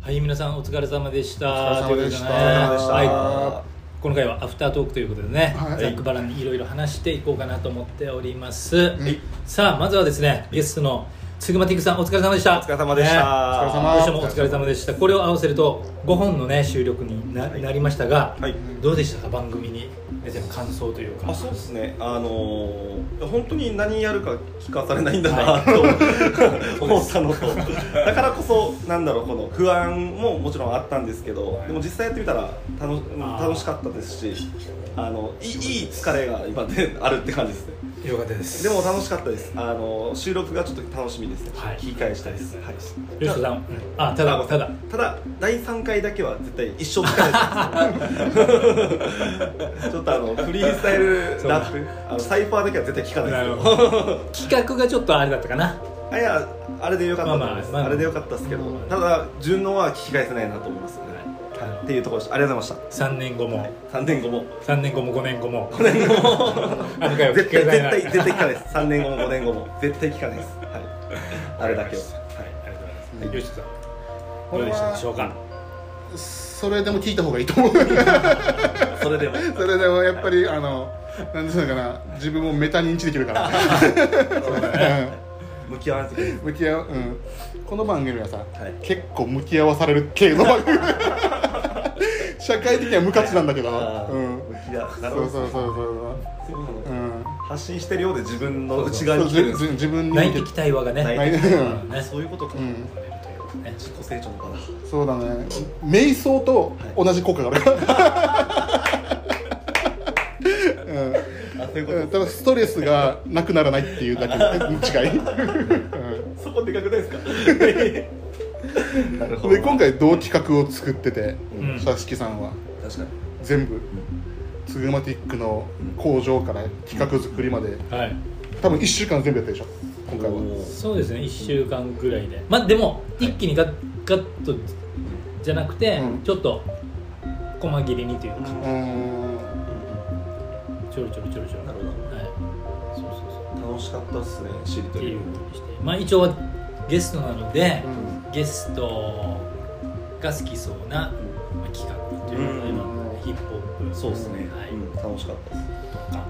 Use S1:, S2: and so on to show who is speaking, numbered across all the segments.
S1: はい皆さんお疲れ様でした
S2: お疲れ様でし
S1: と
S2: た
S1: いうことでねは、
S2: はい
S1: この回はアフタートークということでね、
S2: はい
S1: ざっくばらんにいろいろ話していこうかなと思っております、
S2: い
S1: さあまずはですねゲストのつぐまティクさんお疲れ様でした
S3: お疲れ様でし
S2: お疲
S3: た
S2: れ様
S1: 今週もお疲れ様でしたこれを合わせると5本のね収録にな,、りましたが、
S3: はい
S1: どうでしたか番組に出ての感想というか
S3: あそうですね、あのー、本当に何やるか聞かされないんだなと、 思ったのと、だからこそ、なんだろう、この不安ももちろんあったんですけど、でも実際やってみたら楽し
S1: あー
S3: 楽しかったですし、あのいいいい疲れが今であるって感じですね、
S1: よかったです
S3: でも楽しかったです、あの収録がちょっと楽しみですね、
S1: はい
S3: 聞き返したいです。はい
S1: よしこさん、あただただ
S3: ただ第3回だけは絶対一生使えないですちょっとあのフリースタイルラップあのサイファーだけは絶対聞かないですけど
S1: 企画がちょっとあれだったかな
S3: あいやあれでよかったと思います、
S1: まあまあまあ
S3: あれでよかったですけど、
S1: うん
S3: ただ順応は聞き返せないなと思います、ね
S1: はい
S3: っていうところでしたありがとうございまし
S1: 3年後も
S3: た3年後も
S1: 3年後も5年後も5年後も あの回を聞
S3: 絶
S1: け
S3: 対絶
S1: ないな
S3: 対絶対聞かないです3年後も5年後も絶対聞かないです、はい、あれだ
S1: はいあ
S3: けは
S1: りがとうございます
S3: はい
S1: よしこさんど
S2: こ
S1: う
S2: れ
S1: でしたでしょ
S2: は
S1: うか
S2: それでも聞いた方がいいと思う
S3: それでも
S2: それでもやっぱりあのなんていうのかな自分もメタ認知できるから
S3: 向き合わないといけない
S2: うん向き合う、うん、この番組はさ、
S3: い
S2: 結構向き合わされる系の番組社会的には無価値なんだけど、
S3: あー
S2: うん、
S3: 向き合うなる
S2: そ
S3: ほ
S2: うそ
S3: ど
S2: うそうそう
S3: そうなの
S2: そう、うん、
S3: 発信してるようで自分の内側
S2: そう
S3: に来てるんで
S2: 自
S3: す
S2: 自分に
S1: 泣い
S2: 向
S1: て
S2: け
S1: きたいわがね
S3: 泣い
S1: ね
S3: てきたいわ
S1: ね
S3: そういうことか、
S2: うん
S3: 自己成長の場だ
S2: そうだね瞑想と同じ効果があるから、 うん
S3: あそういうこ
S2: うん
S3: と
S2: ただストレスがなくならないっていうだ けの違い、うん
S3: そこでかくないですかなるほど
S2: で今回同企画を作ってて
S1: うん
S2: 佐々木さんは
S3: 確かに
S2: 全部ツグマティックの工場から企画作りまで
S1: はい
S2: 多分1週間全部やったでしょ今回は
S1: そうですね1週間ぐらいでまあでも一気にガッガッとじゃなくて、
S2: うん
S1: ちょっと細切れにというか、
S2: うーん
S1: ちょろちょろちょろちょろ
S3: なるほど
S1: はいそうそうそう
S3: 楽しかったっすねしり
S1: っ
S3: と
S1: てい
S3: り
S1: うふうにしてまあ一応ゲストなので、ゲストが好きそうなまあ企画というか、
S3: うん
S1: 今ヒップホップ
S3: そうっすね、
S1: はい
S3: うん楽しかったです
S1: とか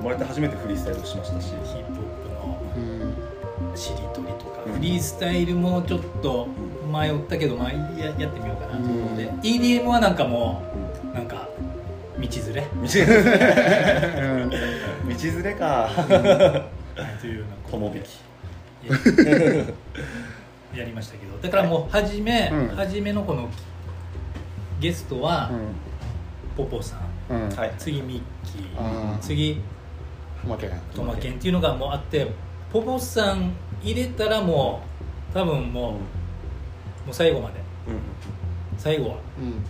S3: 生まれて初めてフリースタイルしましたし
S1: ヒップホップの
S2: うん
S1: しりとりとか、
S3: うん
S1: フリースタイルもちょっと迷ったけど、まあ、ややってみようかなと思って、
S2: う
S1: EDM はなんかも うなんか道連れ
S3: 道連れ
S2: うん
S3: 道連れか
S1: というようなこと
S3: 友
S1: で
S3: 引き
S1: ややりましたけどだからもう初め、
S2: うん
S1: 初めのこのゲストは、ポポさん
S2: うんうん
S3: はい
S1: 次ミッキ
S2: あ
S1: ー
S2: ー
S1: 次
S2: 負けへん
S1: トマケンっていうのがもうあってポポさん入れたらもう多分もう,、もう最後まで
S3: う
S1: 最後は
S2: うん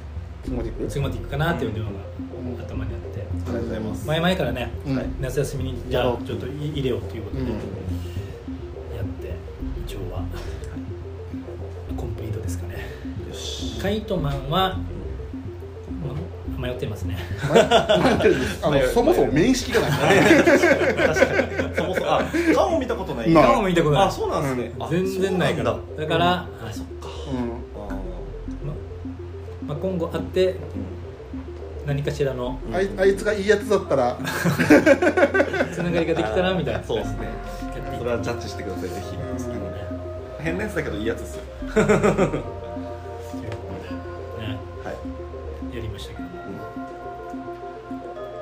S2: ツグマティック
S1: 次までいくかなっていうのが
S2: うん
S1: 頭にあって
S3: んありがとうございます
S1: 前々からね
S2: うん
S3: はい
S1: 夏休みにじゃあちょっと入れようということで
S2: うん
S1: やって一応はコンプリートですかね
S3: よし
S1: カイトマンはま迷ってますね
S2: あのそもそも面識がない
S3: そもそもあ顔を見たことない
S2: ない
S1: 顔も見たことない
S3: あそうなんですね、あ
S1: 全然ないから
S3: そ
S1: だ
S3: う
S1: から、
S3: んだ
S1: は
S3: あ
S1: い
S3: そっか
S2: うん
S3: あ
S1: ままあ、今後会って何かしらの
S2: あいあいつがいいやつだったら
S1: つながりができたらみたいな
S3: そうですね
S1: やっていく
S3: それはジャッジしてくださいぜひ
S2: うん
S3: 好きなね変なやつだけどいいやつですよ
S1: ね
S3: はい、
S1: やりましたけども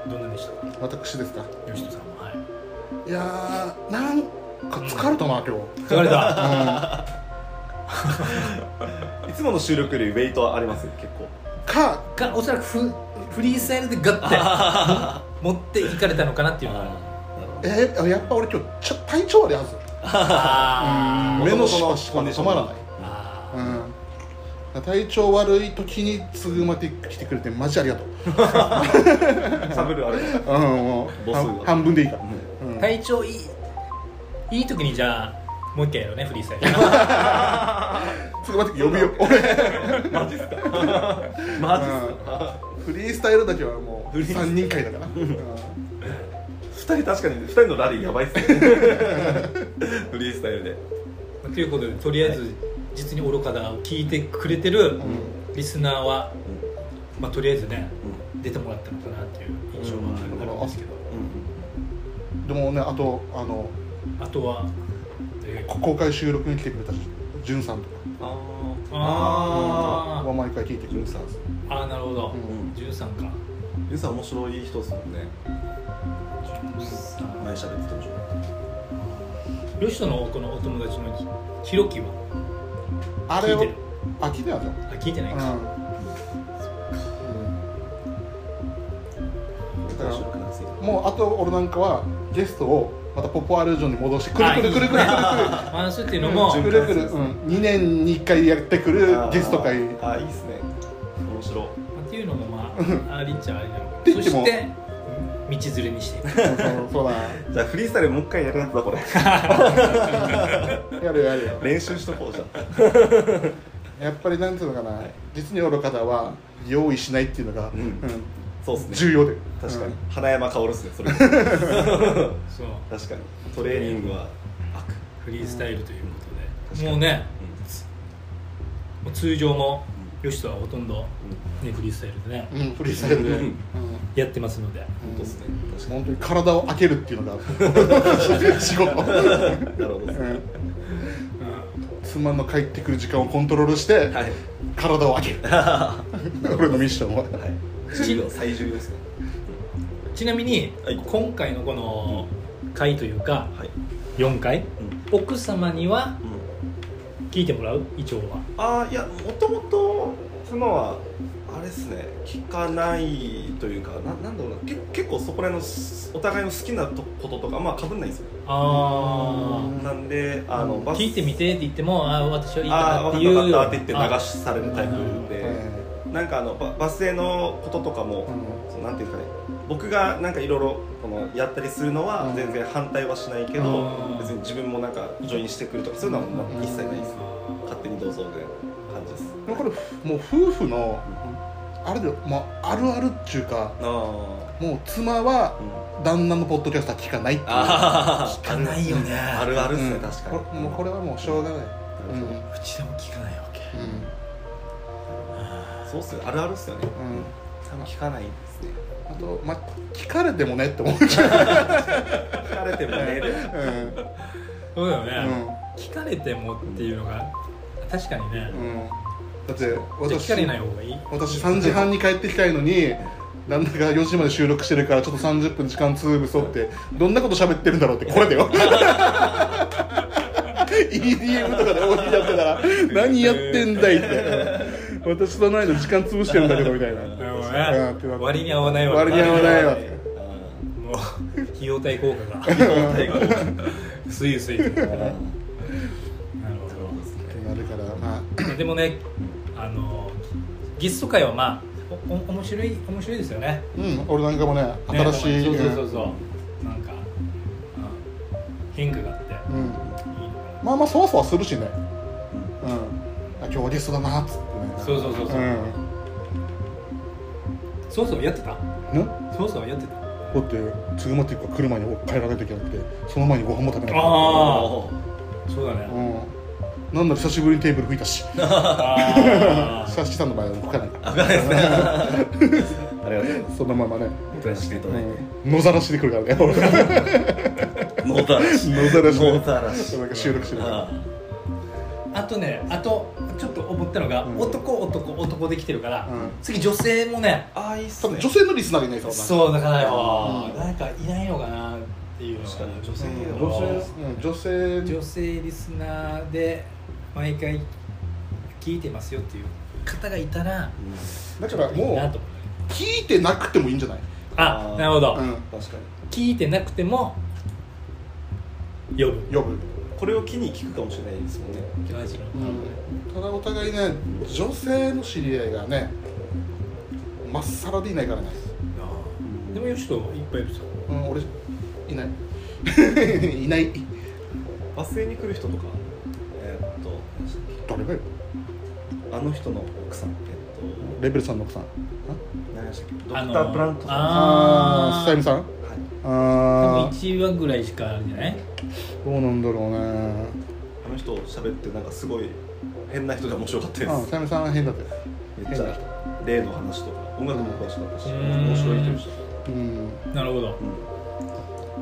S3: う
S1: どんなでしたか
S2: 私ですか
S1: 吉野さんもはい
S2: いやーなんか疲れたな今
S1: 疲れた
S2: 日、
S3: ん、いつもの収録よりウェイトはあります結構
S2: うん、か
S1: かおそらくフフリースタイルでガッて持っていかれたのかなっていうのが
S2: えー、やっぱ俺今日ちょ体調悪いはず
S1: あ
S3: ー
S2: 目のシワシワが止まらない、
S1: あ
S2: うん、体調悪い時にツグマティック来てくれてマジありがとう、
S3: サブルあれ
S2: うん、もう
S3: 母数が
S2: 半半分でいいから、うん
S1: ー体調いいいい時にじゃあもう一回やろうねフリースタイル
S2: ツグマティック呼ぶよ俺
S3: マジっすかマジっすか
S2: フリースタイルだけはもう
S3: フリース
S2: 3人会だから、うん
S3: 二人確かに二人のラリーやばいっすねフリースタイルで
S1: ということでとりあえず実に愚かだを聞いてくれてる
S2: うん
S1: リスナーは、
S3: うん
S1: まあ、とりあえずね出てもらったのかなっていう印象はあるんですけど、
S2: でもねあとあの
S1: あとは、えー
S2: こ公開収録に来てくれたじゅんさんと
S3: あー
S2: か
S1: あ
S2: は毎回聞いてく
S3: ジ
S2: れ
S3: ュ
S2: る
S3: ンさんですね
S1: ああーなるほど、
S2: うん
S3: うん
S1: 十三か
S3: ジュンさん面白い人ですもんね
S1: 13
S3: 前喋ってて面白い
S1: よしとのこのお友達のひろきは
S2: あ
S1: 聞
S2: れ
S1: い
S2: を
S1: てる
S2: あ聞いてない
S1: あ
S2: の
S1: 聞いてないか、
S2: だから
S3: 面白くなって
S2: うんもうあと俺なんかはゲストをまたポポアルージョンに戻してくる
S1: あ
S2: くるくるくるくる
S1: 話すっていうのも、
S2: くるくるくる、うん、2年に1回やってくるゲスト 会
S3: あーあーいいですね面白い
S1: っていうのもまあありっちゃありなのか
S2: って言
S1: そ
S2: って
S1: し
S2: も
S1: て道連れにしていく
S2: そうそうだ
S3: じゃあフリースタイルもう一回やるやつだこれ
S2: やるよやるよ
S3: 練習しとこうじゃあ
S2: やっぱりなんていうのかな、実に愚かだは用意しないっていうのが、
S3: う
S2: うんん
S3: そうですね
S2: 重要で
S3: 確かに、
S2: うん
S3: 花山薫ですね それ
S1: そう
S3: 確かにトレーニングは悪
S1: フリースタイルということ
S3: 確
S1: で
S3: かに
S1: もうね
S3: うん
S1: もう通常もよしとはほとんど、ね、フリースタイルでね
S2: うん、フリースタイルで、
S3: うん
S2: うん
S1: やってますので
S3: 本当ですね確か
S2: 本当に体を開けるっていうの が仕事、
S3: になるほどです
S2: う
S3: ね
S2: ん、妻の帰ってくる時間をコントロールして、
S3: はい
S2: 体を開 ける俺のミッションは、
S3: 重要最重要ですね
S1: ちなみに、
S3: はい
S1: 今回のこの回というか
S3: はい、
S1: 4回
S3: うん
S1: 奥様には聞いてもらう一応は
S3: ああいやもともと妻はあれですね聞かないというかななんだろうなけ結構そこら辺のすお互いの好きなとこととかまあかぶんないんですよ、
S1: あ
S2: うん
S3: なんであの、
S2: うん
S1: あ聞いてみてって言ってもああ私はいいか
S3: あ
S1: な
S3: あ
S1: って
S3: 分
S1: いう
S3: かったわかったって言って流
S1: し
S3: しされるタイプでなんかあのババス停のこととかも、そのなんていうんですかね僕がなんかいろいろこのやったりするのは
S2: うん
S3: 全然反対はしないけど、
S1: うん
S3: 別に自分もなんかジョインしてくるとかそういうのはまあ一切ないですね勝手にどうぞみたいな感じです
S2: うんこれもう夫婦のあれで、まあ、あるあるっていうか
S3: あ
S2: もう妻は
S3: あ、うん
S2: 旦那のポッドキャストは聞かないっていう
S3: あ
S1: 聞かないよね
S3: あるあるっすね、
S2: うん
S3: 確か
S2: これもうこ
S3: に
S2: れはもうしょうがない、うんうん
S1: うちでも聞かないわけ
S3: そうっすよねあるあるっすよね
S2: うん
S3: 多分聞かないですね
S2: あと、まあ、聞かれてもねって思うけど
S3: 聞かれてもね で
S2: うん
S1: そうだよね、
S2: う
S1: 聞かれてもっていうのが確かにね、
S2: んうんだって
S1: じゃあ聞かれない
S2: 私
S1: 方がいい
S2: 私3時半に帰ってきたいのになんだか4時まで収録してるからちょっと30分時間潰そうってどんなこと喋ってるんだろうってこれだよ EDM とかで大きいやってたら何やってんだいって私とないの時間潰してるんだけどみたいな
S1: なるほど
S2: うんってな
S1: ね
S2: って
S1: 割に合わないわ
S2: 割に合わないわ
S1: もう費用対効果が
S3: 最後
S1: すいすいなるほ
S2: ってなるからまあ
S1: どでもねあのゲスト会はまあおお面白い面白いですよね
S2: うん俺なんかもね
S1: ね
S2: 新しい
S1: そうそうそうそうなんか、うん、変化があって
S2: うんう
S1: い
S2: ん
S1: いのかな
S2: まあまあそわそわするしねうんあ今日はゲストだなっつってね
S1: そうそうそうそううんそうそうやってた
S2: ね
S1: そうそうやってた
S2: だって次まっていうか車に帰らないといけなくてその前にご飯も食べなきゃいけな
S1: ああ
S2: い
S1: そうだね
S2: うんなんなら久しぶりにテーブル拭いたし
S1: あー
S2: 佐々木さんの場合は拭かないか
S3: 危ないですねありがとうございま
S2: らそのままね、
S3: すお話ししていただいて
S2: うん、野ざらしで来 るからね俺
S3: ノータラシ
S2: 野ざらしで
S3: ノータラシ
S2: なんか収録してるから
S3: あ
S1: あとねあとちょっと思ったのが、
S2: うん
S1: 男男男できてるから、
S2: うん
S1: 次女性もね
S3: あーいいっす
S2: 多
S3: ね
S2: 分女性のリスナーがいないからなう、
S1: そうだからよ、
S2: うん
S1: なんかいないのかなっていうの
S3: 確かに女性
S2: ん、
S3: の
S2: 女性うん女性
S1: 女性リスナーで毎回聞いてますよっていう方がいたら
S2: だから
S1: いいな
S2: も
S1: と思う
S2: う聞いてなくてもいいんじゃない、
S1: あなるほど、
S2: うん、
S3: 確かに
S1: 聞いてなくても呼ぶ
S2: 呼ぶ、
S3: これを機に聞くかもしれないですもんね
S1: ラジオ
S2: うん、ただお互いね女性の知り合いがねまっさらでいないからね、
S1: でもよしといっぱいいるじゃん
S2: うん、俺いないい ない
S3: バス停に来る人とかえーっと
S2: 誰がよ
S3: あの人の奥さん、え
S2: レベル3の奥さん
S3: っと、何でしたっけ、ドク
S1: あ
S3: タ
S1: の
S3: ー・プラントさん。は
S1: あ
S2: あースタイ
S1: ー
S2: ルさん
S3: い、
S2: あ
S1: 1話ぐらいしかあるんじゃない
S2: ーどうなんだろうね
S3: あの人喋ってなんかすごい変な人で面白かったで
S2: うん、
S3: す
S2: さやめさん変だったよ
S3: めっち
S2: 変な
S3: ゃ例の話とか音楽も詳しかった
S1: う
S3: し
S1: ん
S3: 面白い人でした
S2: うん
S1: なるほど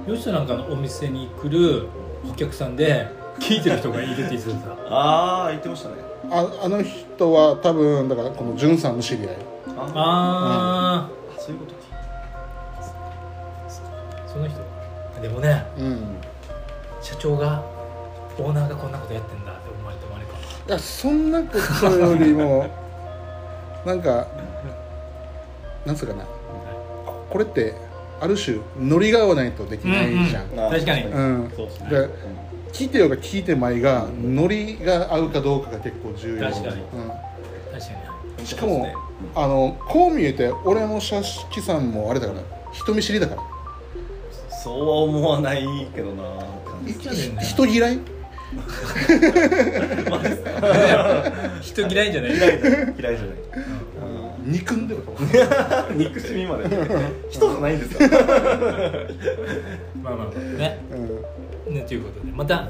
S3: うん
S1: よしとなんかのお店に来るお客さんで聞いてる人がいるって言ってた
S3: ああ言ってましたね
S2: ああの人は多分だからこのじゅんさんの知り合い
S3: あ
S1: あ
S3: あそういうことか
S1: あその人でもね
S2: うん
S1: 社長がオーナーがこんなことやってんだって思われてもあれかも
S2: だからそんなことよ りもなんかなんつうかなこれってある種ノリが合わないとできないじゃん、
S1: うんう
S2: う
S1: んん確かに
S3: あ
S1: う
S3: ーそうですね
S2: で
S3: うん
S2: 聞いてようが聞いてまいがノリが合うかどうかが結構重要
S1: 確かに
S2: うん
S1: 確かに
S2: しかもあのこう見えて俺も社敷さんもあれだから人見知りだから
S3: そうは思わないけどな感
S2: い
S3: じ
S1: っちゃねえんだよ
S2: 人嫌い
S1: 人嫌いじゃ ない
S3: 嫌いじゃない嫌いじゃない
S2: 憎んでると思う
S3: うん憎しみまで人じゃないんですか
S1: まあまあね
S2: うん
S1: ねということでまた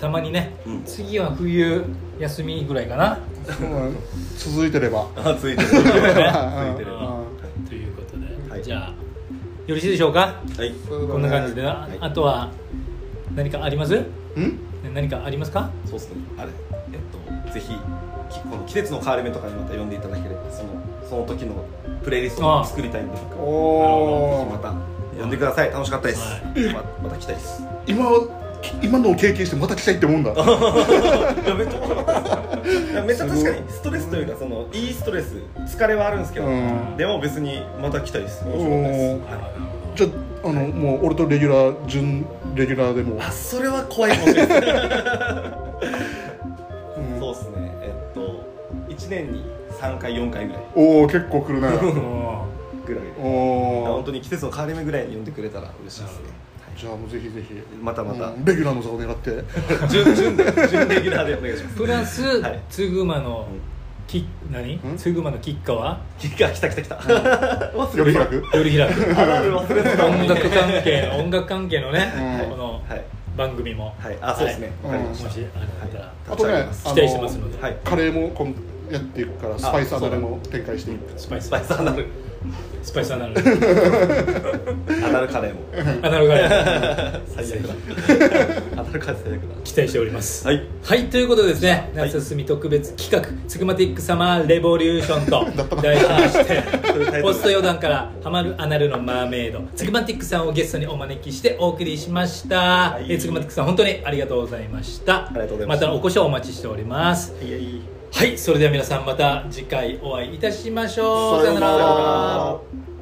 S1: たまにね、
S3: うん
S1: 次は冬休みぐらいかな
S2: そうなの続いてれば
S3: あついてるついてる
S2: うん
S3: れば
S2: うん
S1: ということで、
S3: はい
S1: じゃあよろしいでしょうか
S3: はい
S2: そうだね
S1: こんな感じでな、
S3: はい
S1: あとは何かありますね
S2: うん
S1: 何かありますか
S3: そうっすねあれえっとぜひきこの季節の変わり目とかにまた読んでいただければそのその時のプレイリストを作りたいんで僕は
S2: お
S3: ぜひ
S2: お
S3: また読んでください楽しかったです
S1: は
S3: ままた来たいです
S2: 今今のを経験してまた来たいって思うんだう
S3: いやめっちゃ面白かったですいやめっちゃ確かにストレスというかそのいいストレス疲れはあるんですけど
S2: ん
S3: でも別にまた来たいです面白かったです
S2: おじゃああのもう俺とレギュラー準レギュラーでも
S3: あそれは怖いかもしれ ない
S2: うん
S3: そうですねえっと1年に3回4回ぐらい
S2: おお結構来るね
S3: ぐらいで
S2: お
S3: 本
S2: お
S3: 当に季節の変わり目ぐらいに呼んでくれたら嬉しいですね
S2: じゃあもうぜひぜひ
S3: またまた
S2: うんレギュラーの座を狙って
S3: 準準で準レギュラーでお願いします
S1: プラス
S3: はい
S1: つぐまのき何
S2: ん
S1: つぐまの吉川は
S3: き来た来た来た忘
S2: よ
S3: れ
S2: り
S3: て
S2: 開く
S3: た
S1: 夜開く
S3: あるある忘れてた
S1: 音楽関係音楽関係のね、
S2: うん
S1: この
S3: はい
S1: 番組も、
S3: はいあそうですねわかりま
S1: も
S3: し
S1: したあれだったら、
S2: あとね
S3: 立
S1: ち上げます期待してますので
S3: はい
S2: カレーも今度やっていくからスパイスアナルも展開していく
S1: スパイ
S3: ス
S1: ス
S3: パイスアナル
S1: スパイスアナルア
S3: アナルカレーも
S1: ナルが
S3: 最悪だアナルカレー最悪
S1: 期待しております
S3: だはい
S1: はいということでですね
S3: はい
S1: 夏休み特別企画「つくまティックサマーレボリューション」 と題しましてポスト余談からハマるアナルのマーメイドつくまティックさんをゲストにお招きしてお送りしました、
S3: はい
S1: えーつくまティックさん本当にありがとうございました
S3: りがとうございました
S1: たのお越しをお待ちしております
S3: いやいい
S1: はいそれでは皆さんまた次回お会いいたしましょう
S2: さようなら
S1: さようなら